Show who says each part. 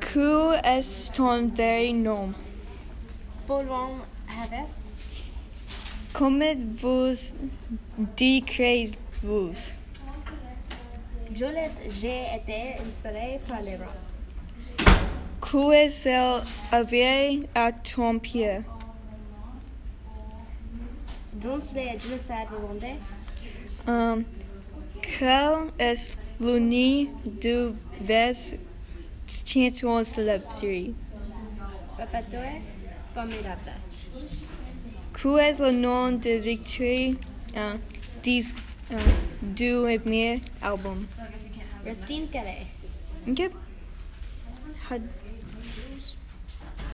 Speaker 1: Quel est ton vrai nom?
Speaker 2: Bolon avait
Speaker 1: Comment vous décrivez-vous?
Speaker 2: Jolette, j'ai été inspirée par les rats.
Speaker 1: Quel est le aviez à ton pied?
Speaker 2: Dans les glissades rwandais,
Speaker 1: Um, quel est le nid du best champion célèbre?
Speaker 2: Papatoe, formidable.
Speaker 1: Quel est le nom de victoire uh, des, uh, du premier album?
Speaker 2: Racine Calais.
Speaker 1: Okay. Had-